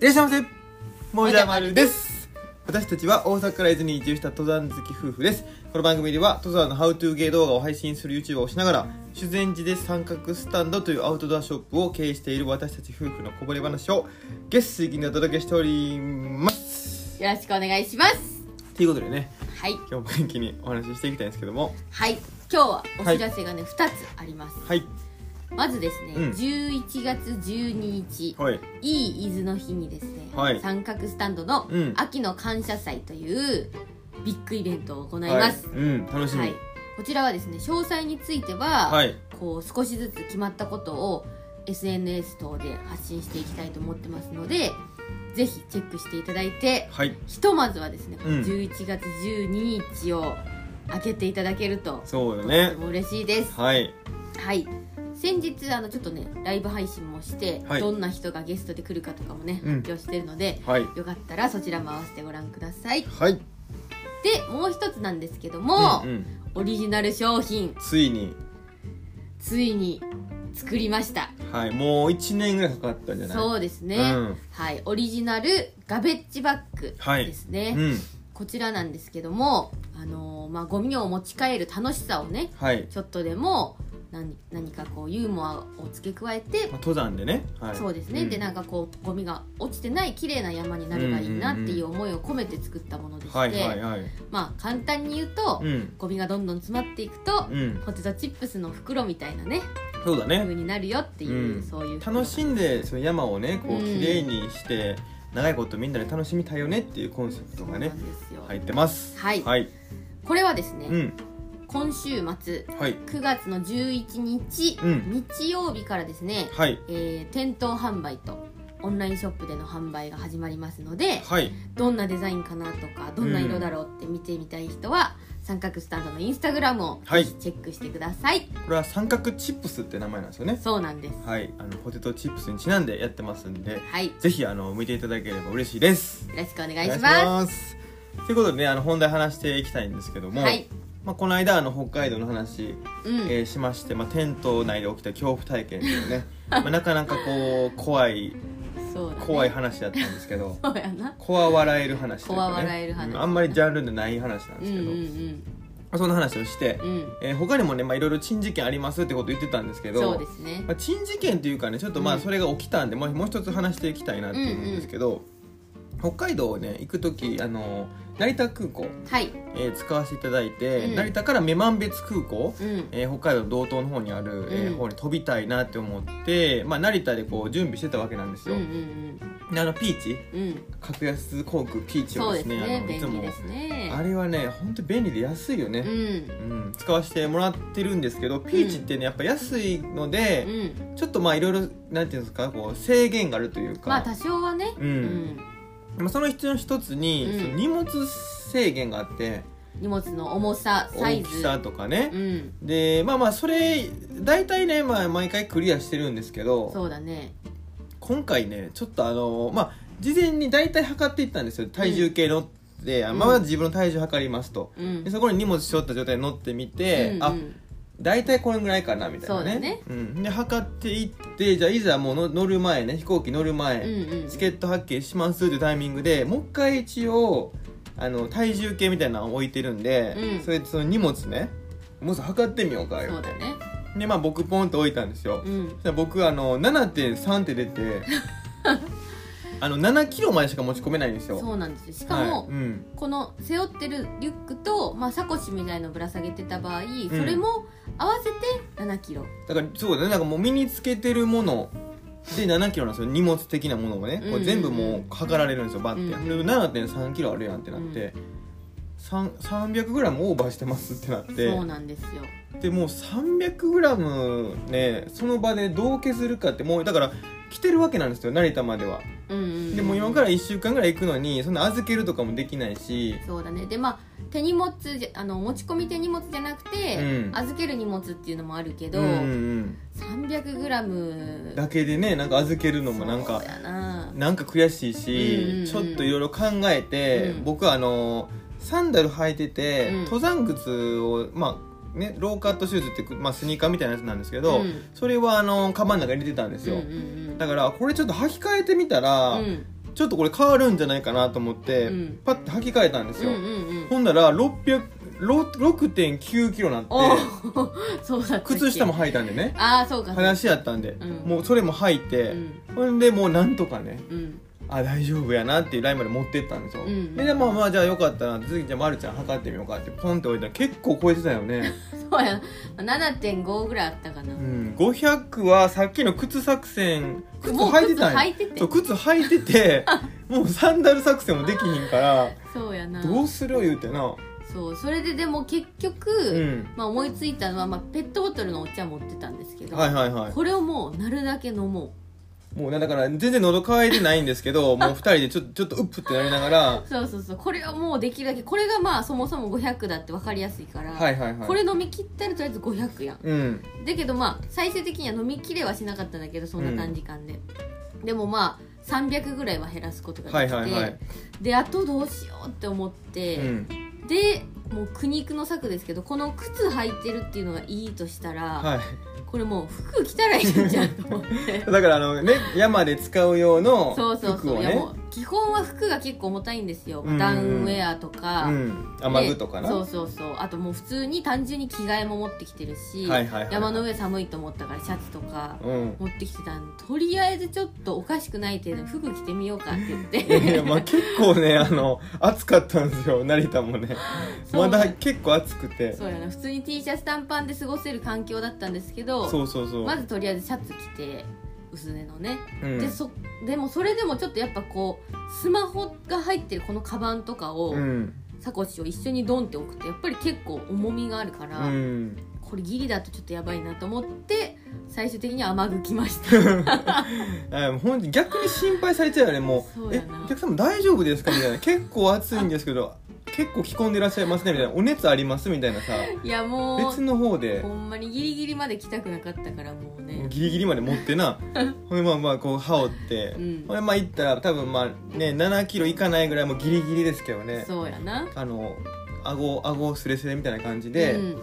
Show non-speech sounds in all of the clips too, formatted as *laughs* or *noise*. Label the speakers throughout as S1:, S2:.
S1: いらっしゃいませも
S2: じゃ
S1: ま
S2: ま
S1: る
S2: る
S1: です私たちは大阪から伊豆に移住した登山好き夫婦ですこの番組では登山のハウトゥー芸動画を配信する YouTuber をしながら修善寺で三角スタンドというアウトドアショップを経営している私たち夫婦のこぼれ話を月水金でお届けしております
S2: よろしくお願いします
S1: ということでね
S2: はい
S1: 今日も元気にお話ししていきたいんですけども
S2: はい今日はお知らせがね、二2つあります
S1: はい
S2: まずですね、
S1: うん
S2: 11月12日、
S1: はい
S2: いい伊豆の日にですね、
S1: はい
S2: 三角スタンドの
S1: うん
S2: 秋の感謝祭というビッグイベントを行います、
S1: はい、うん楽しみ
S2: はい、こちらはですね詳細については、
S1: はい
S2: こう少しずつ決まったことを SNS 等で発信していきたいと思ってますのでぜひチェックしていただいて
S1: はい
S2: ひとまずはですね、
S1: うん
S2: 11月12日を開けていただけると
S1: そうだ
S2: と
S1: ね
S2: っても嬉しいです
S1: はい
S2: はい先日あのちょっとねライブ配信もして、
S1: はい
S2: どんな人がゲストで来るかとかもね
S1: う
S2: 発
S1: ん
S2: 表してるので、
S1: はい
S2: よかったらそちらも合わせてご覧くださいで
S1: はい
S2: もう一つなんですけども、
S1: うんうん
S2: オリジナル商品
S1: ついに
S2: ついに作りました
S1: はい、もう1年ぐらいかかったんじゃない
S2: そうですね、
S1: うん
S2: はいオリジナルガベッジバッグ
S1: はい
S2: ですね、
S1: うん、
S2: こちらなんですけどもあのーまあゴミを持ち帰る楽しさをね
S1: はい、
S2: ちょっとでも何何かこうユーモアを付け加えて
S1: まあ、登山でね、はい、
S2: そうですね、でなんかこうゴミが落ちてない綺麗な山になればいいなっていう思いを込めて作ったものでして、
S1: はいはいはい
S2: まあ簡単に言うと、
S1: うん
S2: ゴミがどんどん詰まっていくと、
S1: うん
S2: ポテトチップスの袋みたいなね
S1: そうだ
S2: 風
S1: ね
S2: になるよっていう、
S1: うん
S2: そういう
S1: 楽しんでその山をねこう
S2: う
S1: ん綺麗にして、長いことみんなで楽しみたいよねっていうコンセプト
S2: そう
S1: が
S2: なんで
S1: ね
S2: すよ、
S1: 入ってます
S2: はい
S1: はい、
S2: これはですね、
S1: うん
S2: 今週末
S1: はい
S2: 9月の11日、
S1: うん
S2: 日曜日からですね、
S1: はい
S2: えー店頭販売とオンラインショップでの販売が始まりますので、
S1: はい
S2: どんなデザインかなとかどんな色だろうって見てみたい人は、三角スタンドのインスタグラムを
S1: はい
S2: ぜひチェックしてください、
S1: これは三角チップスって名前なんですよね
S2: そうなんです
S1: はいあのポテトチップスにちなんでやってますんで
S2: はいよ
S1: ぜひあの見ていただければ嬉しいです
S2: ろしくお願いします
S1: ということでねあの本題話していきたいんですけど
S2: す
S1: も、
S2: はい
S1: まあ、この間あの北海道の話、
S2: うん、
S1: えーしまして、まあ、テント内で起きた恐怖体験という
S2: *laughs*
S1: ねまあなかなかこう怖い
S2: そうだ、ね、
S1: 怖い話だったんですけ
S2: *laughs*
S1: ど
S2: そうやな
S1: 怖笑える話というか、ね、
S2: 怖笑える話
S1: うんあんまりジャンルでない話なん
S2: う
S1: で
S2: ん
S1: す
S2: う
S1: けど、
S2: ん
S1: そんな話をして
S2: うん、うん
S1: えー他にもねまあいろいろ珍事件ありますってこと言ってたんですけど
S2: そうですね
S1: まあ、珍事件というかねちょっとま
S2: う
S1: あ
S2: ん
S1: それが起きたんで、もうもう一つ話していきたいなと思うんですけど、北海道をね行く時あの成田空港、
S2: はい
S1: えー使わせていただいて、
S2: うん
S1: 成田から女満別空港、
S2: うん
S1: えー北海道道東の方にある、えー
S2: うん
S1: 方に飛びたいなって思って、まあ、成田でこう準備してたわけなんです
S2: うん
S1: よ、
S2: うん
S1: であのピーチ
S2: うんうん
S1: 格安航空ピーチ
S2: そ
S1: を
S2: う
S1: で
S2: ですす
S1: ね
S2: ね
S1: あのいつ
S2: 便利
S1: も
S2: ですね
S1: あれはね本当便利で安いよ
S2: う
S1: ね、
S2: ん
S1: うん使わせてもらってるんですけどピーチってねやっぱ安いので、
S2: うん
S1: ちょっとまあいろいろなんていうんですかこう制限があるというか、
S2: まあ多少はね
S1: う
S2: うんん
S1: まあ、その一つ一つに、
S2: うん
S1: その荷物制限があって
S2: 荷物の重さサ
S1: 大
S2: イズ
S1: きさとかね
S2: う、ん
S1: でまあまあそれ大体ね、まあ、毎回クリアしてるんですけど
S2: そうだね
S1: 今回ねちょっとあのまあ事前に大体測っていったんですよ体重計乗って、あ
S2: うん
S1: まあまず自分の体重測りますと。
S2: うん
S1: でそこに荷物しょった状態で乗ってみ
S2: う
S1: て、
S2: んうん
S1: あ大体これぐらいかなみたいな
S2: そう
S1: ね
S2: だね
S1: うん、で測っていってじゃあいざもうの乗る前ね飛行機乗る前、
S2: うんうん
S1: チケット発券しますっていうタイミングでもう一回一応あの体重計みたいなのを置いてるんで、
S2: うん
S1: それでその荷物ねもう測ってみようかよ
S2: そうだね
S1: でまあ僕ポンと置いたんですよ、
S2: うん
S1: そしたら僕あの7.3って出
S2: *laughs*
S1: てあの7キロまでしか持ち込めないんですよ
S2: そうなんですよしかも、
S1: はいうん、
S2: この背負ってるリュックと、まあ、サコシみたいのぶら下げてた場合
S1: ん
S2: それも合わせて7キロ、
S1: だからそうだねなんかもう身につけてるもので7キロなんですよ荷物的なものがね、こ
S2: う
S1: うん全部もう測られるんですよバッて、
S2: うん
S1: で7 3キロあるやんってなって、三300グラムオーバーしてますってなって
S2: そうなんですよ
S1: でもう300グラムねその場でどう削るかってもうだから来てるわけなんですよ成田までは
S2: うんうんうん
S1: でもう今から1週間ぐらい行くのにそんな預けるとかもできないし
S2: そうだねでまあ手荷物じゃあの持ち込み手荷物じゃなくて、
S1: うん
S2: 預ける荷物っていうのもあるけど、
S1: うんうん
S2: 300グラム
S1: うんだけでねなんか預けるのもなんか
S2: そうやな
S1: なんか悔しいし、
S2: うんうんうん
S1: ちょっといろいろ考えて、
S2: うん
S1: 僕はあのサンダル履いてて、
S2: うん
S1: 登山靴をまあねローカットシューズって、まあ、スニーカーみたいなやつなんですけど、
S2: うん
S1: それはあのカバンの中に入れてたんです
S2: うん
S1: よ、
S2: うんうん
S1: だからこれちょっと履き替えてみたら、
S2: うん
S1: ちちょっとこれ変わるんじゃないかなと思って、
S2: うん
S1: パッて履き替えたんですよ、
S2: うんうんうん
S1: ほんなら600 6.9キロなんて
S2: おー *laughs* そうだったっけ
S1: 靴下も履いたんでね
S2: ああそうかそうか
S1: 話やったんで、
S2: うん
S1: もうそれも履いて、
S2: うん
S1: ほんでもうなんとかね
S2: うん
S1: あ大丈夫やなっていうラインまで持ってったんですよ、
S2: うんうん
S1: ででまあまあじゃあよかったなって次じゃあまるちゃん測ってみようかってポンって置いたら結構超えてたよね、
S2: そうや7.5ぐらいあったかな、
S1: うん、500はさっきの靴作戦靴
S2: もう
S1: 履いてたんや
S2: 靴履いてて
S1: そう靴履いててもうサンダル作戦もできひんから
S2: そうやな
S1: どうする言うてな
S2: そうそれででも結局、
S1: うん
S2: まあ、思いついたのは、まあ、ペットボトルのお茶持ってたんですけど、
S1: はいはいは
S2: これをもうなるだけ飲も
S1: いもうねだから全然喉乾いてないんですけどもう二人でちょっとちょっとうっぷってなりながら
S2: うそうそうそう *laughs* これをもうできるだけこれがまあそもそも500だって分かりやすいから、
S1: はいはいはい
S2: これ飲み切ったらとりあえず500やん
S1: うん
S2: だけどまあ最終的には飲み切れはしなかったんだけどそんな短時間で、でもまあ300ぐらいは減らすことが
S1: は
S2: で
S1: い
S2: きて、
S1: はいはい、
S2: であとどうしようって思って、
S1: うん、
S2: でもう苦肉の策ですけどこの靴履いてるっていうのがいいとしたら、
S1: はい
S2: これもう服着たらいいんじゃん
S1: *laughs*
S2: と思って
S1: だからあのね山で使う用の服
S2: そ
S1: を
S2: う
S1: ね
S2: そうそう、いやもう基本は服が結構重たいんですよ、
S1: うんうん
S2: ダウンウェアとか、
S1: うん、雨具とかな、
S2: でそうそうそうあともう普通に単純に着替えも持ってきてるし、
S1: はいはいはい
S2: 山の上寒いと思ったからシャツとか
S1: うん
S2: 持ってきてたんでとりあえずちょっとおかしくない程度に服着てみようかって言っ
S1: いやい
S2: て
S1: やまあ結構ねあの暑かったんですよ成田もね
S2: *laughs* そう
S1: まだ結構暑くて
S2: そうやな普通に T シャツ短パンで過ごせる環境だったんですけど
S1: そうそうそう、
S2: まずとりあえずシャツ着て薄手のね、
S1: うん
S2: でそでもそれでもちょっとやっぱこうスマホが入ってるこのカバンとかを、
S1: うん
S2: サコッシュを一緒にドンって置くとやっぱり結構重みがあるから、
S1: うん、
S2: これギリだとちょっとやばいなと思って最終的に雨具着ました
S1: *laughs* あもうほんと逆に心配されちゃうよねも
S2: そうう
S1: え
S2: やな
S1: お客様大丈夫ですか?」みたいな「結構暑いんですけど結構着込んでらっしゃいますね」みたいな「お熱あります?」みたいなさ
S2: いやも
S1: 別
S2: う
S1: の方で
S2: ほんまにギリギリまで着たくなかったからもうね
S1: ギリギリまで持って
S2: *laughs*
S1: なほんでまあまあこう羽織って、
S2: うん
S1: ほんでまあ行ったら多分まあね7キロいかないぐらいもうギリギリですけどね
S2: そうやな
S1: あの顎顎すれすれみたいな感じで
S2: うん、い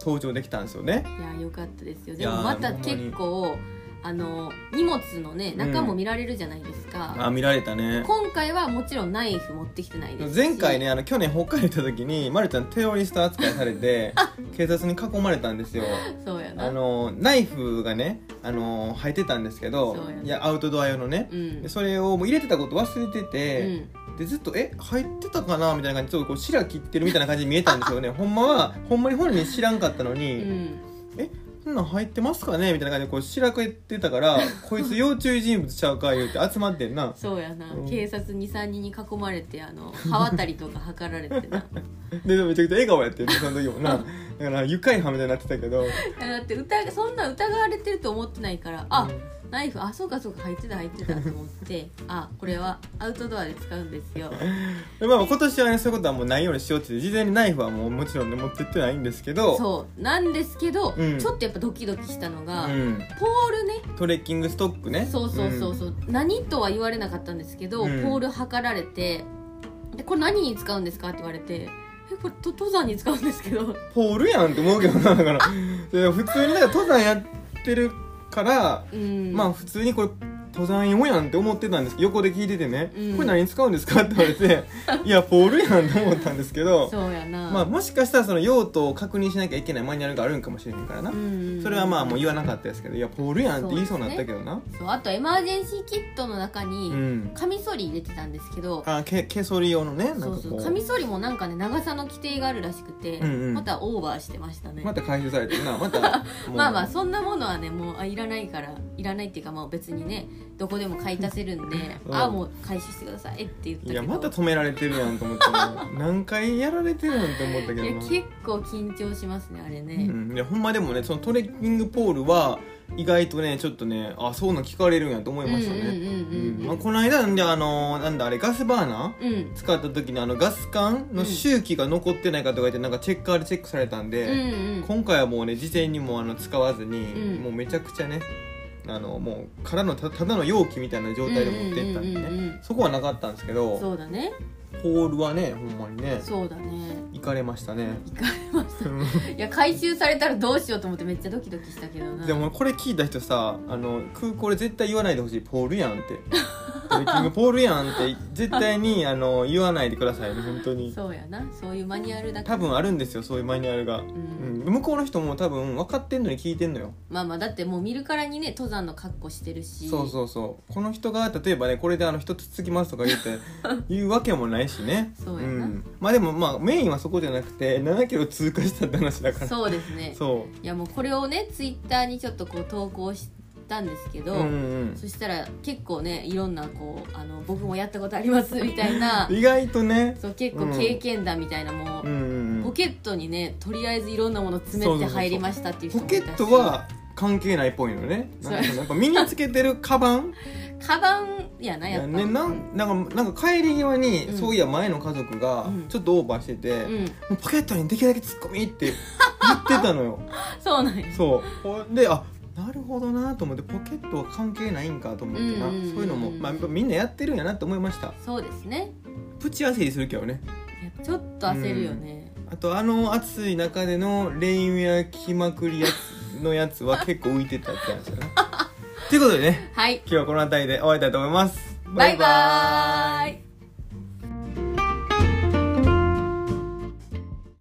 S1: 登場できたんですよね、
S2: やよかったですよ
S1: い
S2: で
S1: やー
S2: もまた結構あの荷物のね中も見られるじゃないです
S1: あ
S2: か、
S1: 見られたね
S2: 今回はもちろんナイフ持ってきてないですし
S1: 前回ねあの去年北海道行った時にまるちゃんテロリスト扱いされて警察に囲まれたん
S2: *laughs*
S1: ですよ
S2: そうやな
S1: あのナイフがねあの入ってたんですけど
S2: そうやね
S1: いやアウトドア用のね
S2: う、ん
S1: でそれをもう入れてたこと忘れてて、
S2: うん
S1: でずっと「え入ってたかな?」みたいな感じでちょっとこう白切ってるみたいな感じに見えたんですよね *laughs* ほんまはほんまに本人知らんかったの
S2: う
S1: に
S2: ん
S1: 「そんなん入ってますかね?」みたいな感じでこう白けてた
S2: *laughs*
S1: から「こいつ要注意人物ちゃうか」言うて集まってんな
S2: そうやな、
S1: うん
S2: 警察23人に囲まれて
S1: *laughs*
S2: あの刃渡りとか測られて *laughs* な
S1: ででもめちゃくちゃ笑顔やってるその時もなだから愉快犯みたいになってたけど
S2: いやだって疑そんな疑われてると思ってないからあ、ナイフあそうかそうか入ってた入ってたと思ってあこれはアウトドアで使うんですよ
S1: でまあ今年はねそういうことはもうないようにしようって言って事前にナイフはもうもちろんね持ってってないんですけど
S2: そうなんですけど、
S1: うん
S2: ちょっとやっぱドキドキしたのが、
S1: うん、
S2: ポールね
S1: トレッキングストックね
S2: そうそうそうそう、何とは言われなかったんですけど、
S1: うん
S2: ポール測られてでこれ何に使うんですかって言われてえこれと登山に使うんですけど
S1: ポールやんって思うけどなだからで普通にだから登山やってるから
S2: うん
S1: まあ普通にこれ登山用やんって思ってたんですけど横で聞いててね、
S2: うん
S1: これ何に使うんですか?」って言われ
S2: *laughs*
S1: て「いやポールやん」って思ったんですけど、
S2: そうやな
S1: まあ、もしかしたらその用途を確認しなきゃいけないマニュアルがあるんかもしれへんからな、
S2: うん
S1: それはまあもう言わなかったですけど「いやポールやん」って言いそうになったけどなう,、
S2: そうあとエマージェンシーキットの中に
S1: ん
S2: カミソリ入れてたんですけど、
S1: あけ毛剃り用のねなんか
S2: そ
S1: こ
S2: う
S1: う
S2: そうカミソリもなんかね長さの規定があるらしくて、
S1: うんうん
S2: またオーバーしてましたね、
S1: また回収されてるなま
S2: *laughs*
S1: たもう
S2: まあまあそんなものはねもうあいらないからいらないっていうかまあ別にねどこでも買い足せるんで、
S1: うん
S2: ああもう回収してくださいって言ったけど
S1: いやまた止められてるやんと思っても何回やられてるやんって思ったけど
S2: いや
S1: な
S2: 結構緊張しますねあれね、
S1: うん、いやほんまでもねそのトレッキングポールは意外とねちょっとねあそうなん聞かれるんやと思いました
S2: うん
S1: ね
S2: うん
S1: うん
S2: うんうん
S1: まあこの間なんであのなんだあれガスバーナ
S2: うんうん
S1: ー使った時にあのガス管
S2: う
S1: の
S2: ん
S1: 周期が残ってないかとか言ってなんかチェッカーでチェックされたん
S2: うん
S1: で、
S2: うん
S1: 今回はもうね事前にもうあの使わずに、
S2: うん
S1: もうめちゃくちゃねあのもう空のたただの容器みたいな状態で持ってったんでね、
S2: うんうんうんうん
S1: そこはなかったんですけど
S2: そうだね
S1: ホールはねほんまにね
S2: そうだね
S1: 行かれましたね
S2: 行かれまし
S1: *laughs*
S2: たいや回収されたらどうしようと思ってめっちゃドキドキしたけどな
S1: でもこれ聞いた人さあの空港で絶対言わないでほしいポールやんってトレッキングポールやんって絶対にあの言わないでくださいね本当に
S2: そうやなそういうマニュアルだか
S1: 多
S2: ら
S1: 分あるんですよそういうマニュアルが、
S2: ん
S1: うん向こうの人も多分分かってんのに聞いてんのよ
S2: まあまあだってもう見るからにね登山の格好してるし
S1: そうそうそうこの人が例えばねこれであの一つつきますとか言
S2: *laughs*
S1: って言うわけもないしね、
S2: そうやなん
S1: まあでもまあメインはそこじゃなくて7キロ通過したって話だからそう
S2: そうですね
S1: *laughs* そ
S2: いやもうこれをねツイッターにちょっとこう投稿したんですけ
S1: う
S2: ど、
S1: んうん
S2: そしたら結構ねいろんなこうあの僕もやったことありますみたいな
S1: うん意外とね
S2: そう結構経験談みたいなもう、
S1: うんうんうん
S2: ポケットにねとりあえずいろんなもの詰めて入りましたっていう人
S1: ポ
S2: もい
S1: ケ
S2: たし
S1: ットは関係ないっぽいのね
S2: そう
S1: なんかやっぱ身につけてるカバン
S2: カバンやなやっぱ
S1: ねなんなんかなんか帰り際に、
S2: うん
S1: そういや前の家族が
S2: うん
S1: ちょっとオーバーしてて、
S2: うん
S1: もうポケットにできるだけ突っ込みって言 *laughs* ってたのよ
S2: そうなんや
S1: そうほんであなるほどなと思ってポケットは関係ないんかと思ってな、
S2: うんうんうんうん
S1: そういうのも、まあ、やっぱみんなやってるんやなって思いました
S2: そうですね
S1: プチ焦りするけどね
S2: いやちょっと焦るよね、
S1: あとあの暑い中でのレインウェア着まくりやつのやつは結構浮いてたってやつ
S2: *laughs*
S1: よねということでね
S2: はい
S1: 今日はこの辺りで終わりたいと思います
S2: バイバーイ